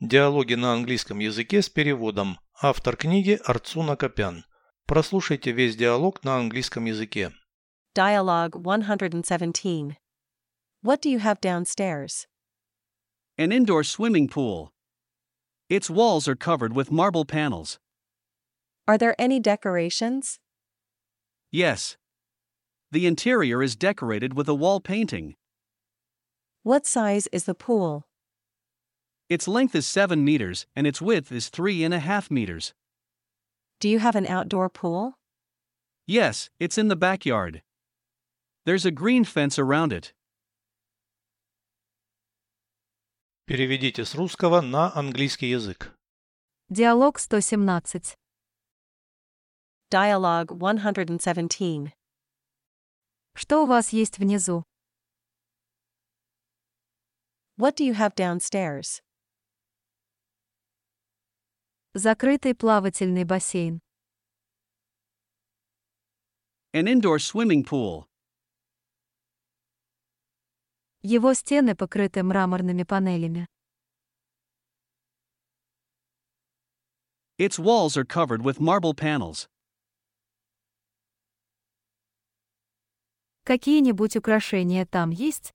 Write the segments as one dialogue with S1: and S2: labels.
S1: Диалоги на английском языке с переводом. Автор книги Арцуна Копян. Прослушайте весь диалог на английском языке.
S2: Dialogue 117. What do you have downstairs?
S3: An indoor swimming pool. Its walls are covered with marble panels.
S2: Are there any decorations?
S3: Yes. The interior is decorated with a wall painting.
S2: What size is the pool?
S3: Its length is 7 meters and its width is 3.5 meters.
S2: Do you have an outdoor pool?
S3: Yes, it's in the backyard. There's a green fence around it.
S1: Переведите с русского на английский язык.
S4: Диалог 117.
S2: Dialogue 117.
S4: Что у вас есть внизу?
S2: What do you have downstairs?
S4: Закрытый плавательный бассейн.
S3: An indoor swimming pool.
S4: Его стены покрыты мраморными панелями.
S3: Its walls are covered with marble panels.
S4: Какие-нибудь украшения там есть?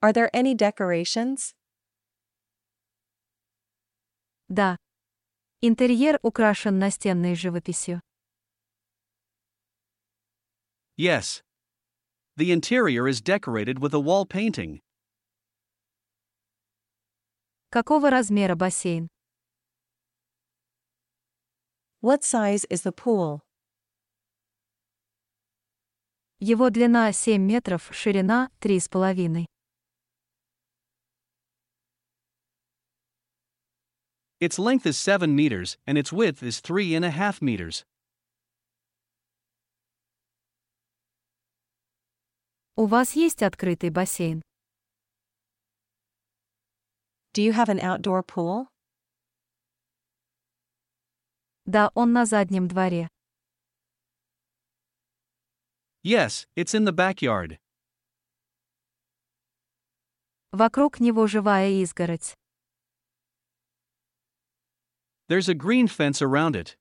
S2: Are there any decorations?
S4: Да. Интерьер украшен настенной живописью.
S3: Yes. The interior is decorated with a wall painting.
S4: Какого размера бассейн?
S2: What size is the pool?
S4: Его длина 7 метров, ширина 3,5.
S3: Its length is 7 meters and its width is 3.5 meters.
S4: У вас есть открытый бассейн?
S2: Do you have an outdoor pool?
S4: Да, он на заднем дворе.
S3: Yes, it's in the backyard.
S4: Вокруг него живая изгородь.
S3: There's a green fence around it.